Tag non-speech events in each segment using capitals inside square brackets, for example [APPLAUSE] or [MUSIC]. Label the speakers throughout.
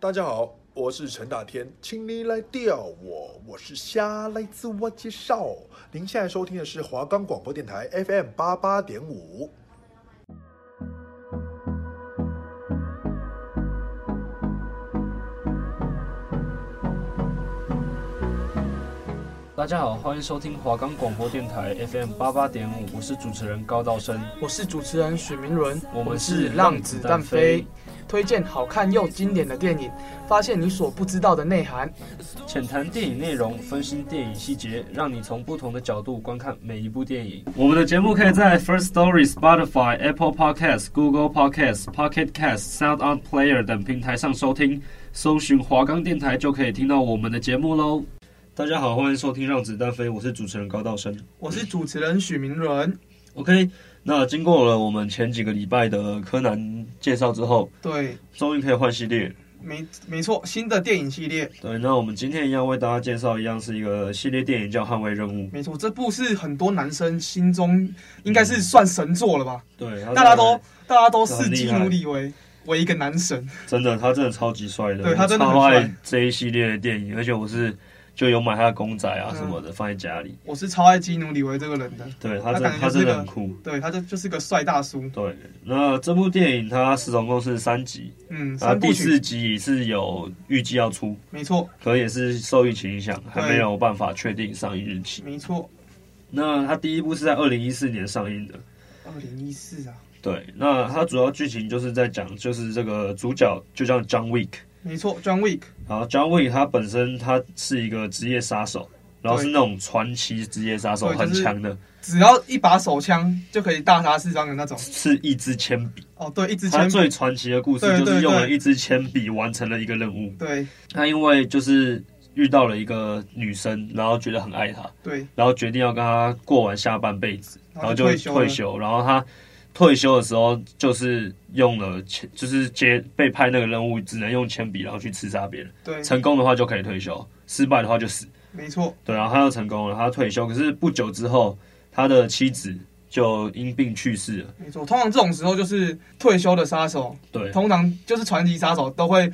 Speaker 1: 大家好，我是陈大天，请你来钓我，我是虾，来自我介绍。您现在收听的是华冈广播电台 FM 八八点五。
Speaker 2: 大家好，欢迎收听华冈广播电台 FM 八八点五，我是主持人高道生。
Speaker 3: 我是主持人许明伦，
Speaker 2: 我们是
Speaker 3: 浪子弹
Speaker 2: 浪子弹
Speaker 3: 飞
Speaker 2: 飞，
Speaker 3: 推荐好看又经典的电影，发现你所不知道的内涵。
Speaker 2: 浅谈电影内容，分析电影细节，让你从不同的角度观看每一部电影。我们的节目可以在 First Story、Spotify、Apple Podcasts、Google Podcasts、Pocket Casts、Sound On Player 等平台上收听，搜寻华冈电台就可以听到我们的节目喽。大家好，欢迎收听《让子弹飞》，我是主持人高道生。
Speaker 3: 我是主持人许明伦，
Speaker 2: OK，那经过了我们前几个礼拜的柯南介绍之后，
Speaker 3: 对，
Speaker 2: 终于可以换系列了。
Speaker 3: 没没错，新的电影系列，
Speaker 2: 对，那我们今天一样为大家介绍一样是一个系列电影叫《捍卫任务》。
Speaker 3: 没错，这部是很多男生心中应该是算神作了吧？
Speaker 2: 对，它
Speaker 3: 大家都
Speaker 2: 真的
Speaker 3: 大家都视
Speaker 2: 很厉
Speaker 3: 基
Speaker 2: 害
Speaker 3: 努里维为一个男神，
Speaker 2: 真的，他真的超级帅的，
Speaker 3: 对他真的很
Speaker 2: 超爱
Speaker 3: 帅
Speaker 2: 这一系列的电影，而且我是就有买他的公仔啊
Speaker 3: 嗯
Speaker 2: 什么的、放在家里。
Speaker 3: 我是超爱基努里维这个人的，
Speaker 2: 对他
Speaker 3: 他
Speaker 2: 真的
Speaker 3: 感觉
Speaker 2: 他
Speaker 3: 就是
Speaker 2: 真的
Speaker 3: 个
Speaker 2: 很酷。
Speaker 3: 对，他就就是个帅大叔，
Speaker 2: 对，那这部电影它是总共是三集，
Speaker 3: 嗯，
Speaker 2: 啊，
Speaker 3: 三部
Speaker 2: 第
Speaker 3: 曲，
Speaker 2: 四集是有预计要出，
Speaker 3: 没错，
Speaker 2: 可也是受疫情影响，还
Speaker 3: 对
Speaker 2: 没有办法确定上映日期。
Speaker 3: 没错，
Speaker 2: 那它第一部是在二零一四年上映的，
Speaker 3: 二零一四啊，
Speaker 2: 对，那它主要剧情就是在讲，就是这个主角就叫 John Wick，
Speaker 3: 没错，John Wick，
Speaker 2: 然后 John Wick 他本身他是一个职业杀手，然后是
Speaker 3: 对
Speaker 2: 那种传奇职业杀手，
Speaker 3: 对
Speaker 2: 很
Speaker 3: 就是
Speaker 2: 强的，
Speaker 3: 只要一把手枪就可以大杀四方的那种。
Speaker 2: 是一支铅笔。
Speaker 3: 哦，对，一支
Speaker 2: 他
Speaker 3: 铅笔，
Speaker 2: 最传奇的故事
Speaker 3: 对
Speaker 2: 就是
Speaker 3: 对
Speaker 2: 用了
Speaker 3: 对
Speaker 2: 一支铅笔完成了一个任务。
Speaker 3: 对
Speaker 2: 他因为就是遇到了一个女生，然后觉得很爱她，
Speaker 3: 对，
Speaker 2: 然后决定要跟她过完下半辈子，然
Speaker 3: 然
Speaker 2: 后
Speaker 3: 后
Speaker 2: 就
Speaker 3: 就
Speaker 2: 退
Speaker 3: 退休
Speaker 2: 休。
Speaker 3: 了
Speaker 2: 然后他退休的时候，就是用了铅，就是接被派那个任务，只能用铅笔，然后去刺杀别人。
Speaker 3: 对，
Speaker 2: 成功的话就可以退休，失败的话就死。
Speaker 3: 没错，
Speaker 2: 对，然后他又成功了，他退休。可是不久之后，他的妻子就因病去世了。
Speaker 3: 没错。通常这种时候就是退休的杀手，
Speaker 2: 对
Speaker 3: 通常就是传奇杀手都会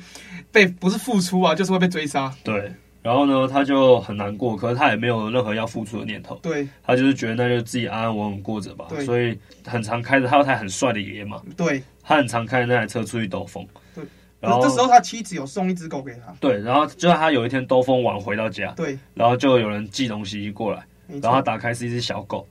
Speaker 3: 被不是付出啊，就是会被追杀。
Speaker 2: 对，然后呢，他就很难过，可是他也没有任何要付出的念头，
Speaker 3: 对
Speaker 2: 他就是觉得那就自己安安稳稳过着吧。
Speaker 3: 对
Speaker 2: 所以很常开着他有台很帅的野马，
Speaker 3: 对，
Speaker 2: 他很常开着那台车出去兜风。
Speaker 3: 对，可
Speaker 2: 然后
Speaker 3: 是这时候他妻子有送一只狗给他。
Speaker 2: 对，然后就在他有一天兜风晚回到家，
Speaker 3: 对，
Speaker 2: 然后就有人寄东西过来，
Speaker 3: 没
Speaker 2: 然后他
Speaker 3: 错。
Speaker 2: 打开是一只小狗，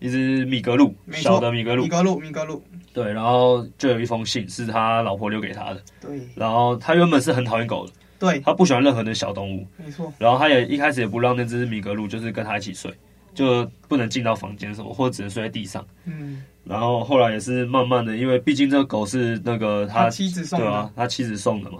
Speaker 2: 一只米格鲁，
Speaker 3: 没错
Speaker 2: 小的米格鲁
Speaker 3: 米。格鲁，米格鲁，
Speaker 2: 对，然后就有一封信是他老婆留给他的。
Speaker 3: 对
Speaker 2: 然后他原本是很讨厌狗的，
Speaker 3: 对，
Speaker 2: 他不喜欢任何的小动物。
Speaker 3: 没错，
Speaker 2: 然后他也一开始也不让那只米格鲁就是跟他一起睡，就不能进到房间什么，或者只能睡在地上。
Speaker 3: 嗯，
Speaker 2: 然后后来也是慢慢的，因为毕竟这个狗是那个
Speaker 3: 他
Speaker 2: 他
Speaker 3: 妻子送
Speaker 2: 对
Speaker 3: 的
Speaker 2: 啊，，他妻子送的嘛。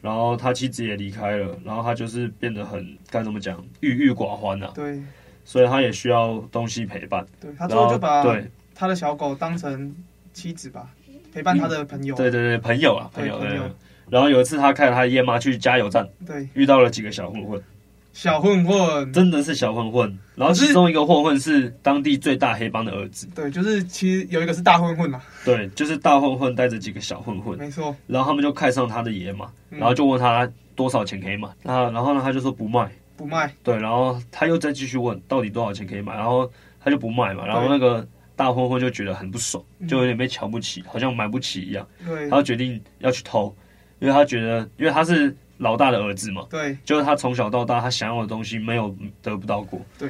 Speaker 2: 然后他妻子也离开了，然后他就是变得很该怎么讲，郁郁寡欢啊，
Speaker 3: 对
Speaker 2: 所以他也需要东西陪伴。
Speaker 3: 对，他最
Speaker 2: 然
Speaker 3: 后
Speaker 2: 后
Speaker 3: 就把
Speaker 2: 对
Speaker 3: 他的小狗当成妻子吧，陪伴他的朋友。
Speaker 2: 对对对，朋友啊，朋
Speaker 3: 对
Speaker 2: 友。
Speaker 3: 朋
Speaker 2: 对
Speaker 3: 友
Speaker 2: 对然后有一次他开着他的夜妈去加油站，
Speaker 3: 对，
Speaker 2: 遇到了几个小混混，
Speaker 3: 嗯小混混，
Speaker 2: 真的是小混混。然后其中一个混混是当地最大黑帮的儿子，
Speaker 3: 对，就是其实有一个是大混混嘛，
Speaker 2: 对，就是大混混带着几个小混混，
Speaker 3: 没错，
Speaker 2: 然后他们就看上他的野马，
Speaker 3: 嗯
Speaker 2: 然后就问他多少钱可以买，啊，然后呢他就说不卖，
Speaker 3: 不卖，
Speaker 2: 对，然后他又再继续问到底多少钱可以买，然后他就不卖嘛，然后那个大混混就觉得很不爽，
Speaker 3: 嗯
Speaker 2: 就有点被瞧不起，好像买不起一样，
Speaker 3: 对
Speaker 2: 他决定要去偷，因为他觉得因为他是老大的儿子嘛，
Speaker 3: 对
Speaker 2: 就是他从小到大他想要的东西没有得不到过。
Speaker 3: 对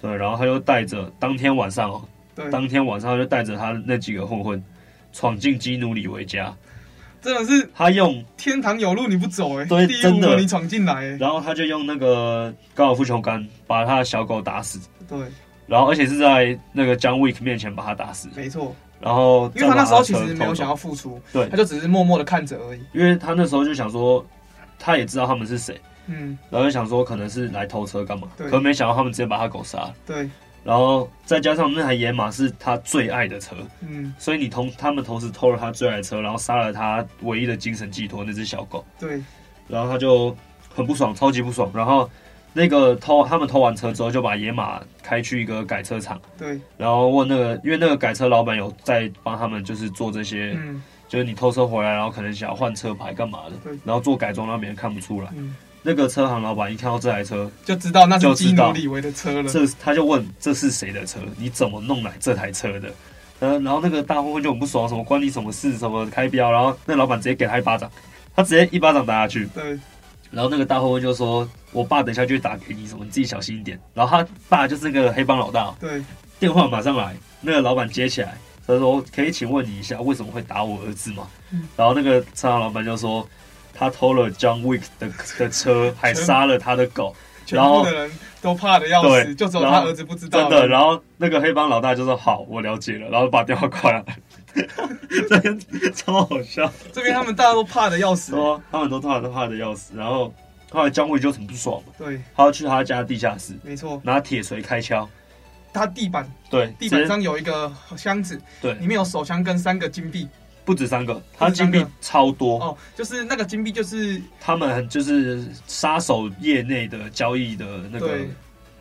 Speaker 2: 对，然后他就带着当天晚上哦，
Speaker 3: 对，
Speaker 2: 当天晚上他就带着他那几个混混闯进基努里维家，
Speaker 3: 真的是
Speaker 2: 他用，
Speaker 3: 天堂有路你不走哎、
Speaker 2: 对
Speaker 3: 地狱
Speaker 2: 真
Speaker 3: 无
Speaker 2: 的
Speaker 3: 门你闯进来哎、
Speaker 2: 然后他就用那个高尔夫球杆把他的小狗打死，
Speaker 3: 对，
Speaker 2: 然后而且是在那个 John Wick 面前把他打死，
Speaker 3: 没错，
Speaker 2: 然后
Speaker 3: 因为他那时候其
Speaker 2: 再把
Speaker 3: 实
Speaker 2: 车
Speaker 3: 没有
Speaker 2: 偷
Speaker 3: 想
Speaker 2: 走，
Speaker 3: 要付出，
Speaker 2: 对
Speaker 3: 他就只是默默的看着而已，
Speaker 2: 因为他那时候就想说，他也知道他们是谁，
Speaker 3: 嗯，
Speaker 2: 然后就想说可能是来偷车干嘛，
Speaker 3: 对
Speaker 2: 可没想到他们直接把他狗杀了，
Speaker 3: 对，
Speaker 2: 然后再加上那台野马是他最爱的车，
Speaker 3: 嗯，
Speaker 2: 所以你同他们同时偷了他最爱的车，然后杀了他唯一的精神寄托那只小狗，
Speaker 3: 对
Speaker 2: 然后他就很不爽，超级不爽。然后那个偷他们偷完车之后，就把野马开去一个改车厂，
Speaker 3: 对，
Speaker 2: 然后问那个，因为那个改车老板有在帮他们就是做这些
Speaker 3: 嗯，
Speaker 2: 就是你偷车回来，然后可能想要换车牌干嘛的
Speaker 3: 对，
Speaker 2: 然后做改装让别人看不出来。
Speaker 3: 嗯
Speaker 2: 那个车行老板一看到这台车，
Speaker 3: 就知道那是
Speaker 2: 就
Speaker 3: 基
Speaker 2: 知
Speaker 3: 努
Speaker 2: 道
Speaker 3: 里维的车了。
Speaker 2: 这他就问这是谁的车？你怎么弄来这台车的？呃，然后那个大混混就很不爽，什么关你什么事？什么开标？然后那老板直接给他一巴掌，他直接一巴掌打下去。
Speaker 3: 对，
Speaker 2: 然后那个大混混就说：“我爸等一下就会打给你，什么你自己小心一点。”然后他爸就是那个黑帮老大，
Speaker 3: 对，
Speaker 2: 电话马上来，那个老板接起来，他说：“可以请问你一下，为什么会打我儿子吗？”
Speaker 3: 嗯
Speaker 2: 然后那个车行老板就说：“他偷了 John Wick 的的车，还杀了他的狗。”
Speaker 3: 全
Speaker 2: 然后
Speaker 3: 部的人都怕的要死，
Speaker 2: 对
Speaker 3: 就只有
Speaker 2: 然
Speaker 3: 他
Speaker 2: 后
Speaker 3: 儿子不知道
Speaker 2: [LAUGHS] 真
Speaker 3: 而已。
Speaker 2: 的，然后那个黑帮老大就说：“好，我了解了。”然后把电话挂了。 [LAUGHS] 这边超好笑，
Speaker 3: 这边他们大家都怕的
Speaker 2: [LAUGHS]
Speaker 3: 要死。
Speaker 2: 说他们都怕都怕的要死。然后后来姜伟就很不爽嘛，
Speaker 3: 对，
Speaker 2: 他要去他家地下室
Speaker 3: 没错，
Speaker 2: 拿铁锤开枪，
Speaker 3: 他地板
Speaker 2: 对，
Speaker 3: 地
Speaker 2: 直
Speaker 3: 板
Speaker 2: 接
Speaker 3: 上有一个箱子，
Speaker 2: 对
Speaker 3: 里面有手枪跟三个金币。
Speaker 2: 不止三个，
Speaker 3: 不
Speaker 2: 他
Speaker 3: 止三
Speaker 2: 金
Speaker 3: 个
Speaker 2: 币超多，
Speaker 3: 哦，就是那个金币，就是
Speaker 2: 他们很就是杀手业内的交易的那个
Speaker 3: 对，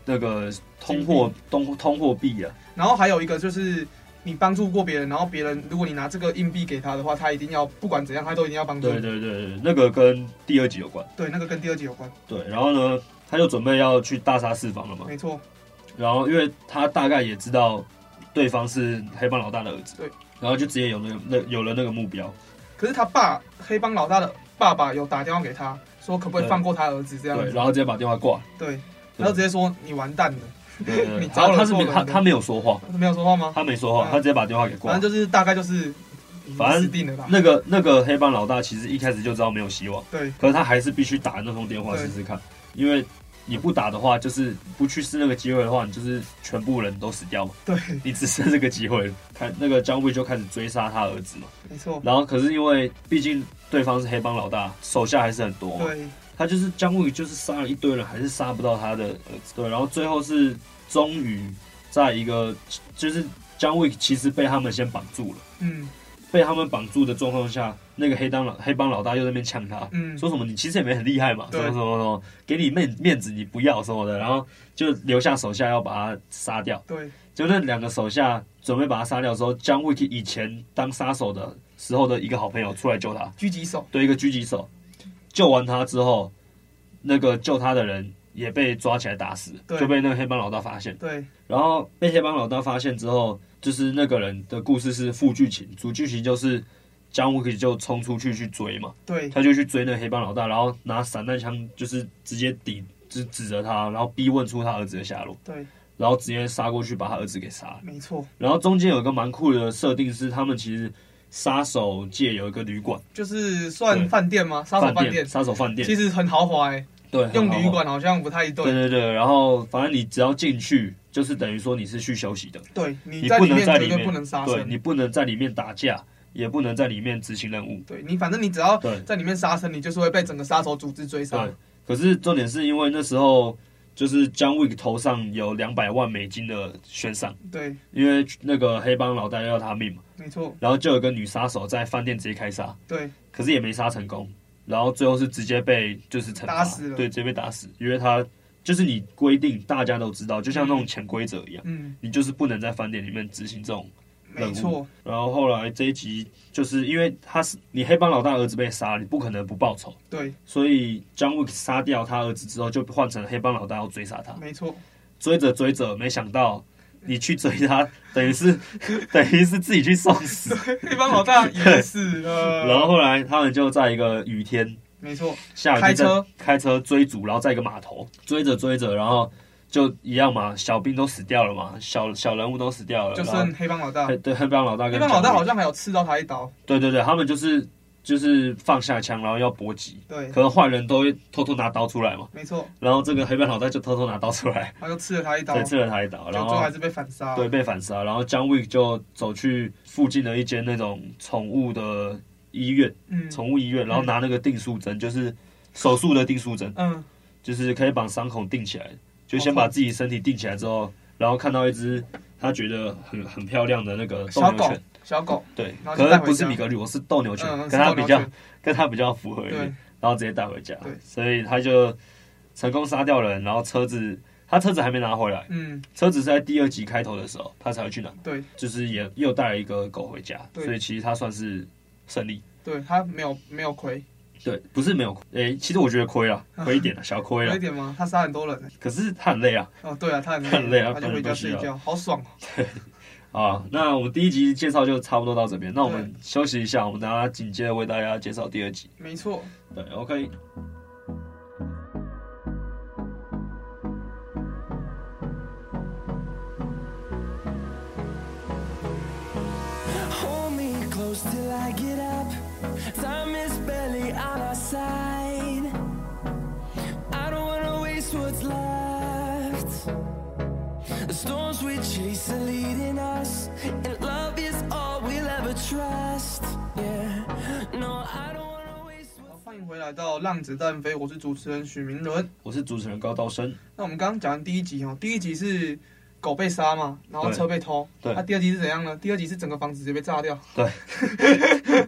Speaker 2: 那个通货通通货币啊，
Speaker 3: 然后还有一个就是。你帮助过别人，然后别人如果你拿这个硬币给他的话，他一定要不管怎样，他都一定要帮助。
Speaker 2: 对对对对，那个跟第二集有关。
Speaker 3: 对那个跟第二集有关，
Speaker 2: 对，然后呢，他就准备要去大杀四方了嘛。
Speaker 3: 没错。
Speaker 2: 然后因为他大概也知道对方是黑帮老大的儿子，
Speaker 3: 对，
Speaker 2: 然后就直接有那个那有了那个目标，
Speaker 3: 可是他爸黑帮老大的爸爸有打电话给他说，可不可以
Speaker 2: 对
Speaker 3: 放过他儿子这样
Speaker 2: 对，
Speaker 3: 子？
Speaker 2: 然后直接把电话挂了。
Speaker 3: 对，然后直接说你完蛋了，
Speaker 2: 对对
Speaker 3: 你
Speaker 2: 对，
Speaker 3: 招
Speaker 2: 他
Speaker 3: 惹
Speaker 2: 他是
Speaker 3: 错
Speaker 2: 没
Speaker 3: 人
Speaker 2: 他
Speaker 3: 了
Speaker 2: 他没有说话，
Speaker 3: 没有说话吗？
Speaker 2: 他没说话，
Speaker 3: 嗯
Speaker 2: 他直接把电话给挂
Speaker 3: 反
Speaker 2: 了。
Speaker 3: 正就是大概就是，你
Speaker 2: 反正
Speaker 3: 死定了吧？
Speaker 2: 那个那个黑帮老大其实一开始就知道没有希望，
Speaker 3: 对
Speaker 2: 可是他还是必须打那通电话试试看，因为你不打的话，就是不去试那个机会的话，你就是全部人都死掉嘛，
Speaker 3: 对，
Speaker 2: 你只剩这个机会了。开那个姜伟就开始追杀他儿子嘛，
Speaker 3: 没错，
Speaker 2: 然后可是因为毕竟对方是黑帮老大，手下还是很多嘛，
Speaker 3: 对
Speaker 2: 他就是姜伟就是杀了一堆人，还是杀不到他的儿子。对，然后最后是终于在一个就是姜伟其实被他们先绑住了。
Speaker 3: 嗯
Speaker 2: 被他们绑住的状况下，那个黑帮老黑帮老大又在那边呛他，
Speaker 3: 嗯，
Speaker 2: 说什么你其实也没很厉害嘛，什么
Speaker 3: 对
Speaker 2: 什么什么，给你面面子你不要什么的，然后就留下手下要把他杀掉。
Speaker 3: 对
Speaker 2: 就那两个手下准备把他杀掉之后，姜维以前当杀手的时候的一个好朋友出来救他，
Speaker 3: 狙击手，
Speaker 2: 对一个狙击手，救完他之后，那个救他的人也被抓起来打死，
Speaker 3: 对
Speaker 2: 就被那个黑帮老大发现。
Speaker 3: 对
Speaker 2: 然后被黑帮老大发现之后，就是那个人的故事是副剧情，主剧情就是姜武可就冲出去去追嘛，
Speaker 3: 对
Speaker 2: 他就去追那个黑帮老大，然后拿散弹枪就是直接抵，就是指着他，然后逼问出他儿子的下落，
Speaker 3: 对，
Speaker 2: 然后直接杀过去把他儿子给杀了。
Speaker 3: 没错，
Speaker 2: 然后中间有一个蛮酷的设定是，他们其实杀手界有一个旅馆，
Speaker 3: 就是算
Speaker 2: 对
Speaker 3: 饭店吗？杀手饭店，
Speaker 2: 杀手饭店，
Speaker 3: 其实很豪华哎，
Speaker 2: 对，很
Speaker 3: 用
Speaker 2: 好
Speaker 3: 旅
Speaker 2: 玩。
Speaker 3: 馆好像不太
Speaker 2: 对
Speaker 3: 对，
Speaker 2: 对对，然后反正你只要进去，就是等于说你是去休息的。
Speaker 3: 对，你
Speaker 2: 你
Speaker 3: 在
Speaker 2: 不
Speaker 3: 里
Speaker 2: 能
Speaker 3: 面
Speaker 2: 在
Speaker 3: 绝
Speaker 2: 里面
Speaker 3: 对不能杀
Speaker 2: 对
Speaker 3: 生，
Speaker 2: 你不能在里面打架，也不能在里面执行任务。
Speaker 3: 对你反正你只要
Speaker 2: 对
Speaker 3: 在里面杀生，你就是会被整个杀手组织追杀
Speaker 2: 对，，可是重点是因为那时候就是姜 Wick 头上有两百万美金的悬赏，
Speaker 3: 对，
Speaker 2: 因为那个黑帮老大要他命嘛，
Speaker 3: 没错，
Speaker 2: 然后就有个女杀手在饭店直接开杀，
Speaker 3: 对
Speaker 2: 可是也没杀成功，然后最后是直接被就是惩罚
Speaker 3: 打死了
Speaker 2: 对，直接被打死，因为他就是你规定大家都知道，就像那种潜规则一样，
Speaker 3: 嗯，
Speaker 2: 你就是不能在饭店里面执行这种
Speaker 3: 没错，
Speaker 2: 然后后来这一集就是因为他是你黑帮老大儿子被杀，你不可能不报仇，
Speaker 3: 对，
Speaker 2: 所以 John Wick 杀掉他儿子之后，就换成黑帮老大要追杀他，
Speaker 3: 没错， [LAUGHS]
Speaker 2: 追着追着，没想到你去追他，等于是 [LAUGHS] 等于是自己去送死。
Speaker 3: 黑帮老大
Speaker 2: [LAUGHS]
Speaker 3: 也死了，
Speaker 2: 然后后来他们就在一个雨天
Speaker 3: 没错，
Speaker 2: 下雨
Speaker 3: 开
Speaker 2: 天在
Speaker 3: 车
Speaker 2: 开车追逐，然后在一个码头追着追着，然后就一样嘛，小兵都死掉了嘛，小小人物都死掉了，
Speaker 3: 就
Speaker 2: 然后
Speaker 3: 剩黑帮老大，
Speaker 2: 黑对黑帮老大
Speaker 3: 黑
Speaker 2: 跟
Speaker 3: 帮老大
Speaker 2: John Wick
Speaker 3: 好像还有刺到他一刀，
Speaker 2: 对对对，他们就是就是放下枪，然后要搏击，
Speaker 3: 对，
Speaker 2: 可能坏人都会偷偷拿刀出来嘛，
Speaker 3: 没错，
Speaker 2: 然后这个黑帮老大就偷偷拿刀出来，
Speaker 3: 他就刺了他一刀，
Speaker 2: 对，
Speaker 3: 就
Speaker 2: 刺了他一刀，然
Speaker 3: 最后
Speaker 2: 后
Speaker 3: 还是被反杀，
Speaker 2: 对被反杀，然后姜 Wick 就走去附近的一间那种宠物的医院，
Speaker 3: 嗯，
Speaker 2: 宠物医院，然后拿那个定数针，就是手术的定数针，
Speaker 3: 嗯，
Speaker 2: 就是可以把伤口定起来，就
Speaker 3: 好
Speaker 2: 先把自己身体定起来之后，然后看到一只他觉得很很漂亮的那个斗
Speaker 3: 小
Speaker 2: 牛
Speaker 3: 狗
Speaker 2: 犬，，
Speaker 3: 小狗，
Speaker 2: 对，
Speaker 3: 然后就
Speaker 2: 可
Speaker 3: 带
Speaker 2: 是
Speaker 3: 回
Speaker 2: 不是
Speaker 3: 家
Speaker 2: 米格鲁，是斗牛犬
Speaker 3: 嗯，，
Speaker 2: 跟他
Speaker 3: 是斗
Speaker 2: 比
Speaker 3: 牛
Speaker 2: 较
Speaker 3: 犬
Speaker 2: 跟他比较符合一
Speaker 3: 对
Speaker 2: 点，然后直接带回家
Speaker 3: 对，
Speaker 2: 所以他就成功杀掉人，然后车子他车子还没拿回来，
Speaker 3: 嗯，
Speaker 2: 车子是在第二集开头的时候他才会去拿，
Speaker 3: 对，
Speaker 2: 就是也又带了一个狗回家，
Speaker 3: 对
Speaker 2: 所以其实他算是胜利。
Speaker 3: 对他没有没有亏，
Speaker 2: 对，不是没有，诶、其实我觉得亏了，亏一点
Speaker 3: [LAUGHS]
Speaker 2: 了，小亏
Speaker 3: 有
Speaker 2: 了
Speaker 3: 一。点吗？他杀很多人欸
Speaker 2: 可是他很累啊
Speaker 3: 哦，对啊，他很
Speaker 2: [LAUGHS] 很累啊
Speaker 3: 他就回家睡
Speaker 2: 反
Speaker 3: 觉，好爽哦。
Speaker 2: 啊！那我们第一集介绍就差不多到这边，那我们休息一下，我们等下紧接着为大家介绍第二集。
Speaker 3: 没错，
Speaker 2: 对，OK。
Speaker 4: Hold me close till I get up. Time is barely on our side. I don't wanna waste what's left. The storms we chase are leading us, and love is all we'll ever trust. Yeah, no, I don't wanna waste.
Speaker 3: 好欢迎回来到《浪子弹飞》，我是主持人许明伦。
Speaker 2: 我是主持人高道生，
Speaker 3: 那我们刚刚讲完第一集哦，第一集是狗被杀嘛，然后
Speaker 2: 对
Speaker 3: 车被偷。
Speaker 2: 对
Speaker 3: 那、第二集是怎样呢？第二集是整个房子直接被炸掉，
Speaker 2: [LAUGHS]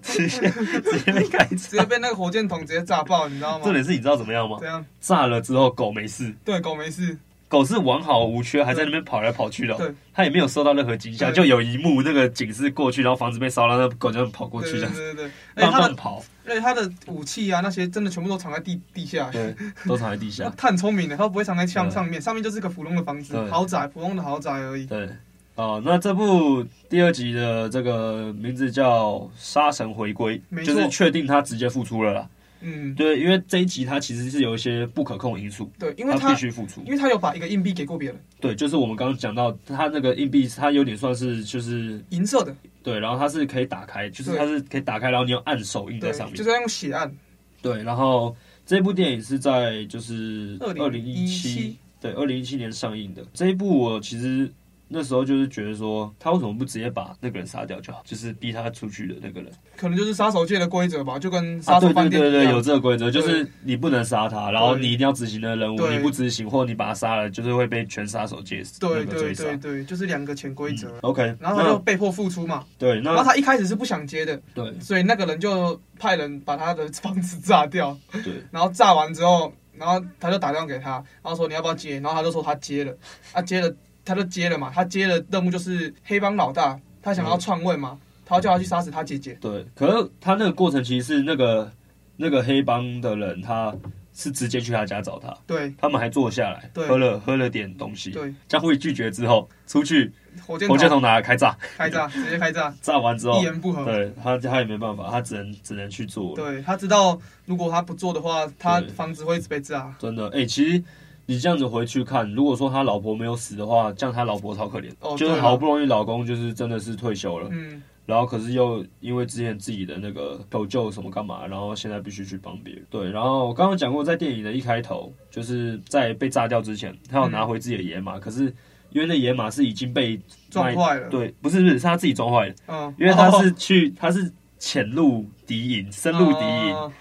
Speaker 2: 直接直接被开
Speaker 3: 直
Speaker 2: 车。
Speaker 3: 接被那个火箭筒直接炸爆，你知道吗
Speaker 2: 重？点是你知道怎么样吗
Speaker 3: 这？样，
Speaker 2: 炸了之后狗没事，
Speaker 3: 对，狗没事，
Speaker 2: 狗是完好无缺，还在那边跑来跑去的
Speaker 3: 对
Speaker 2: 哦，它也没有受到任何惊吓。
Speaker 3: 对
Speaker 2: 就有一幕那个警示过去，然后房子被烧了，那狗就跑过
Speaker 3: 对
Speaker 2: 去
Speaker 3: 对
Speaker 2: 这
Speaker 3: 对
Speaker 2: 样子，
Speaker 3: 对对。而且
Speaker 2: 慢
Speaker 3: 他
Speaker 2: 慢 [LAUGHS]
Speaker 3: 的，
Speaker 2: 跑，
Speaker 3: 而且他的武器啊那些真的全部都藏在地地下。
Speaker 2: 对，都藏在地
Speaker 3: 他
Speaker 2: 下，
Speaker 3: 他很聪明的，他不会藏在枪
Speaker 2: 对
Speaker 3: 上面，上面就是个普通的房子
Speaker 2: 对，
Speaker 3: 豪宅，普通的豪宅而已。
Speaker 2: 对。哦，那这部第二集的这个名字叫《杀神回归
Speaker 3: 没》，
Speaker 2: 就是
Speaker 3: 错
Speaker 2: 确定他直接复出了啦。
Speaker 3: 嗯，
Speaker 2: 对，因为这一集它其实是有一些不可控因素，
Speaker 3: 对，因为
Speaker 2: 它
Speaker 3: 他
Speaker 2: 必须复出
Speaker 3: 因。为他有把一个硬币给过别人，
Speaker 2: 对，就是我们刚刚讲到，它那个硬币，它有点算是就是
Speaker 3: 银色的，
Speaker 2: 对，然后它是可以打开，就是
Speaker 3: 对
Speaker 2: 它是可以打开，然后你有按手印
Speaker 3: 对
Speaker 2: 在上，面。
Speaker 3: 就是要用血案。
Speaker 2: 对，然后这部电影是在就是二零一
Speaker 3: 2017
Speaker 2: 七，对，二零一七年上映的。这一部我其实那时候就是觉得说，他为什么不直接把那个人杀掉就好，就是逼他出去的那个人。
Speaker 3: 可能就是杀手界的规则吧，就跟
Speaker 2: 啊，
Speaker 3: 杀手
Speaker 2: 对对
Speaker 3: 饭店
Speaker 2: 对
Speaker 3: 一
Speaker 2: 对，
Speaker 3: 样。
Speaker 2: 有这个规则，就是你不能杀他，然后
Speaker 3: 对
Speaker 2: 你一定要执行那个任务，
Speaker 3: 对
Speaker 2: 你不执行或你把他杀了，就是会被全杀手界
Speaker 3: 对
Speaker 2: 那个
Speaker 3: 对
Speaker 2: 追杀。
Speaker 3: 对对，就是两个潜规则。
Speaker 2: OK，
Speaker 3: 然后他就
Speaker 2: 那
Speaker 3: 被迫付出嘛，
Speaker 2: 对，
Speaker 3: 然后
Speaker 2: 那
Speaker 3: 他一开始是不想接的，
Speaker 2: 对
Speaker 3: 所以那个人就派人把他的房子炸掉，
Speaker 2: 对，
Speaker 3: 然后炸完之后，然后他就打电话给他，然后说你要不要接，然后他就说他接了，他接了，他就接了嘛，他接了任务就是黑帮老大，他想要篡位嘛，他叫他去杀死他姐姐，
Speaker 2: 对，可是他那个过程其实是那个那个黑帮的人，他是直接去他家找他，
Speaker 3: 对
Speaker 2: 他们还坐下来
Speaker 3: 对
Speaker 2: 喝了喝了点东西。
Speaker 3: 对，
Speaker 2: 江户一拒绝之后，出去
Speaker 3: 火箭
Speaker 2: 火
Speaker 3: 筒
Speaker 2: 箭筒拿来开炸， [LAUGHS]
Speaker 3: 开炸，直接开炸，
Speaker 2: 炸完之后
Speaker 3: 一，言不合。
Speaker 2: 对他他也没办法，他只能只能去做了。
Speaker 3: 对他知道，如果他不做的话，他
Speaker 2: 对
Speaker 3: 房子会一直被炸。
Speaker 2: 真的，哎、其实。你这样子回去看，如果说他老婆没有死的话，这样他老婆超可怜，
Speaker 3: 哦
Speaker 2: 就是
Speaker 3: 对啊
Speaker 2: 好不容易老公就是真的是退休了，
Speaker 3: 嗯，
Speaker 2: 然后可是又因为之前自己的那个求救什么干嘛，然后现在必须去帮别人。对，然后我刚刚讲过，在电影的一开头，就是在被炸掉之前，他要
Speaker 3: 嗯
Speaker 2: 拿回自己的野马，可是因为那野马是已经被
Speaker 3: 撞坏了。
Speaker 2: 对，不是不是，是他自己撞坏的，
Speaker 3: 嗯，
Speaker 2: 因为他
Speaker 3: 哦
Speaker 2: 是去他是潜入敌营，深入敌营，
Speaker 3: 哦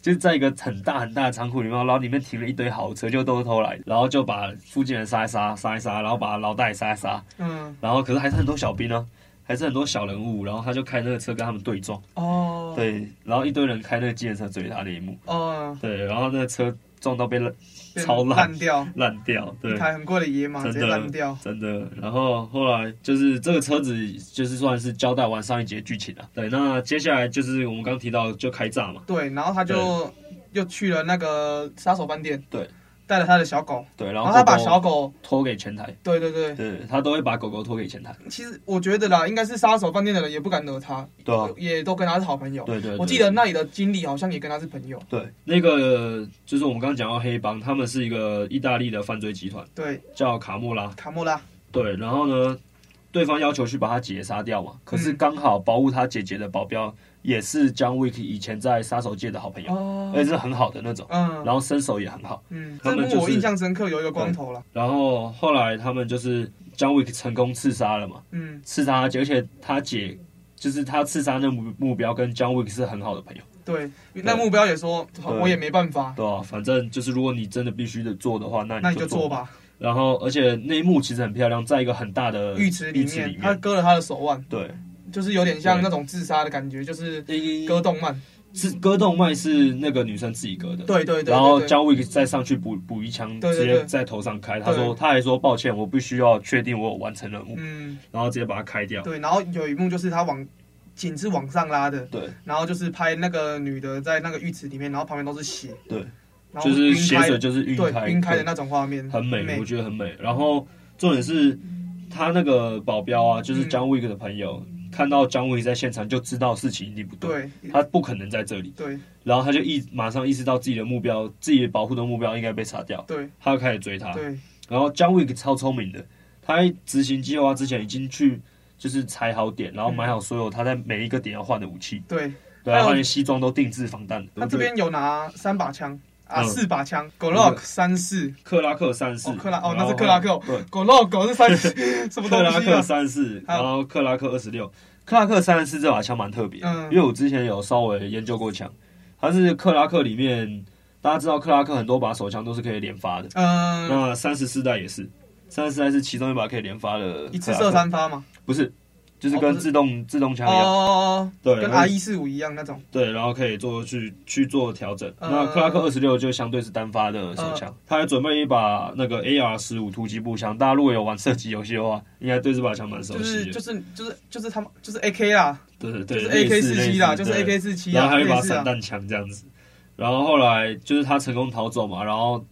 Speaker 2: 就是在一个很大很大的仓库里面，然后里面停了一堆豪车，就都是偷来的，然后就把附近人杀一杀，杀一杀，然后把老大也杀一杀，
Speaker 3: 嗯，
Speaker 2: 然后可是还是很多小兵呢、还是很多小人物，然后他就开那个车跟他们对撞，
Speaker 3: 哦，，
Speaker 2: 对，然后一堆人开那个计程车追他那一幕，
Speaker 3: 哦，
Speaker 2: 对，然后那个车撞到被烂
Speaker 3: 变
Speaker 2: 超烂
Speaker 3: 烂掉，
Speaker 2: 烂掉，
Speaker 3: 一
Speaker 2: 对，
Speaker 3: 台很贵的野马直
Speaker 2: 真
Speaker 3: 接烂
Speaker 2: 的
Speaker 3: 掉。
Speaker 2: 真的，然后后来就是这个车子就是算是交代完上一节剧情了、对，那接下来就是我们刚提到就开炸嘛，
Speaker 3: 对，然后他就又去了那个杀手饭店，
Speaker 2: 对，
Speaker 3: 带了他的小狗，
Speaker 2: 对，然
Speaker 3: 然
Speaker 2: 后
Speaker 3: 后他把
Speaker 2: 狗狗
Speaker 3: 小狗，
Speaker 2: 拖给前台，
Speaker 3: 对对对，
Speaker 2: 对他都会把狗狗拖给前台，
Speaker 3: 其实我觉得啦，应该是杀手饭店的人也不敢惹他，
Speaker 2: 对啊，
Speaker 3: 也都跟他是好朋友。
Speaker 2: 对对对
Speaker 3: 我记得那里的经理好像也跟他是朋友，
Speaker 2: 对，那个就是我们刚刚讲到黑帮，他们是一个意大利的犯罪集团，
Speaker 3: 对，
Speaker 2: 叫卡莫拉。
Speaker 3: 卡莫拉，
Speaker 2: 对，然后呢，对方要求去把他姐姐杀掉嘛，可是
Speaker 3: 嗯
Speaker 2: 刚好保护他姐姐的保镖也是姜 Wick 以前在杀手界的好朋友，哎
Speaker 3: 哦
Speaker 2: 而且是很好的那种，
Speaker 3: 嗯
Speaker 2: 然后身手也很好。
Speaker 3: 嗯，
Speaker 2: 他
Speaker 3: 这
Speaker 2: 们
Speaker 3: 幕
Speaker 2: 就是
Speaker 3: 我印象深刻，有一个光头啦，
Speaker 2: 然后后来他们就是姜 Wick 成功刺杀了嘛，
Speaker 3: 嗯，
Speaker 2: 刺杀他姐，而且他姐就是他刺杀那目目标跟姜 Wick 是很好的朋友，
Speaker 3: 对，那目标也说我也没办法，
Speaker 2: 对吧、啊反正就是如果你真的必须得做的话，那
Speaker 3: 那
Speaker 2: 你
Speaker 3: 你
Speaker 2: 就
Speaker 3: 就
Speaker 2: 做
Speaker 3: 做。吧。
Speaker 2: 然后而且那一幕其实很漂亮，在一个很大的
Speaker 3: 浴池里
Speaker 2: 浴池
Speaker 3: 面，他割了他的手腕，
Speaker 2: 对，
Speaker 3: 就是有点像
Speaker 2: 对
Speaker 3: 那种自杀的感觉，就是
Speaker 2: 一
Speaker 3: 割动漫。
Speaker 2: 是割动脉是那个女生自己割的，
Speaker 3: 对对对对
Speaker 2: 然后
Speaker 3: 对
Speaker 2: John Wick 再上去补补一枪，
Speaker 3: 对
Speaker 2: 直
Speaker 3: 对
Speaker 2: 接
Speaker 3: 对
Speaker 2: 在头上开。他说，
Speaker 3: 对
Speaker 2: 他还说抱歉，我必须要确定我有完成任务，
Speaker 3: 嗯，
Speaker 2: 然后直接把它开掉。
Speaker 3: 对。然后有一幕就是他往景是往上拉的，
Speaker 2: 对
Speaker 3: 然后就是拍那个女的在那个浴池里面，然后旁边都是血，
Speaker 2: 对，
Speaker 3: 然后
Speaker 2: 就是
Speaker 3: 晕
Speaker 2: 血
Speaker 3: 开
Speaker 2: 水就是晕开，
Speaker 3: 对晕开的
Speaker 2: 对
Speaker 3: 那种画面，
Speaker 2: 很美，我觉得很美。然后重点是他那个保镖啊，就是
Speaker 3: 嗯
Speaker 2: John Wick 的朋友，看到 John Wick 在现场就知道事情一定不对，
Speaker 3: 对
Speaker 2: 他不可能在这里，
Speaker 3: 对
Speaker 2: 然后他就意马上意识到自己的目标，自己的保护的目标应该被杀掉，
Speaker 3: 对
Speaker 2: 他就开始追他。
Speaker 3: 对
Speaker 2: 然后 John Wick 超聪明的，他在执行计划之前已经去。就是踩好点，然后买好所有他在每一个点要换的武器，
Speaker 3: 对，
Speaker 2: 对啊，
Speaker 3: 还有
Speaker 2: 他连西装都定制防弹的。
Speaker 3: 他这边有拿三把枪啊，
Speaker 2: 嗯
Speaker 3: 四把枪，Glock 三四
Speaker 2: 克拉克三世，
Speaker 3: 哦克拉哦
Speaker 2: 然
Speaker 3: 那
Speaker 2: 后嗯
Speaker 3: 是克拉克哦
Speaker 2: 对，
Speaker 3: ，Glock 是
Speaker 2: [LAUGHS]
Speaker 3: 三什么
Speaker 2: 克
Speaker 3: 东
Speaker 2: 拉
Speaker 3: 西
Speaker 2: 克
Speaker 3: 啊？
Speaker 2: 三四，
Speaker 3: 还有
Speaker 2: 然后克拉克二十六，克拉克三十四这把枪蛮特别的，
Speaker 3: 嗯
Speaker 2: 因为我之前有稍微研究过枪，它是克拉克里面大家知道克拉克很多把手枪都是可以连发的，
Speaker 3: 嗯，
Speaker 2: 那三十四代也是，三十四代是其中一把可以连发的，
Speaker 3: 一次射三，发嘛，
Speaker 2: 不是，就是
Speaker 3: 哦
Speaker 2: 跟
Speaker 3: 不是
Speaker 2: 自动、自动枪一样，
Speaker 3: 哦，
Speaker 2: 对，
Speaker 3: 跟
Speaker 2: 然后
Speaker 3: R 一四五一样那种，
Speaker 2: 对，然后可以做去去做调整。
Speaker 3: 嗯
Speaker 2: 那克拉克二十六就相对是单发的手枪，他还准备一把那个 AR 十五突击步枪。大家如果有玩射击游戏的话，应该对这把枪蛮熟
Speaker 3: 就
Speaker 2: 悉
Speaker 3: 是
Speaker 2: 的。
Speaker 3: 就是就是就是他们就是 AK 啦，
Speaker 2: 对对
Speaker 3: 就
Speaker 2: 对，
Speaker 3: 是
Speaker 2: 类
Speaker 3: AK
Speaker 2: 似
Speaker 3: 四七啦，
Speaker 2: 类
Speaker 3: 就
Speaker 2: 似对
Speaker 3: 是 AK 四七
Speaker 2: 然后
Speaker 3: 啊，
Speaker 2: 还有一
Speaker 3: 类
Speaker 2: 把
Speaker 3: 似
Speaker 2: 散
Speaker 3: 啊，
Speaker 2: 弹枪这样子。然后后来就是他成功逃走嘛，然后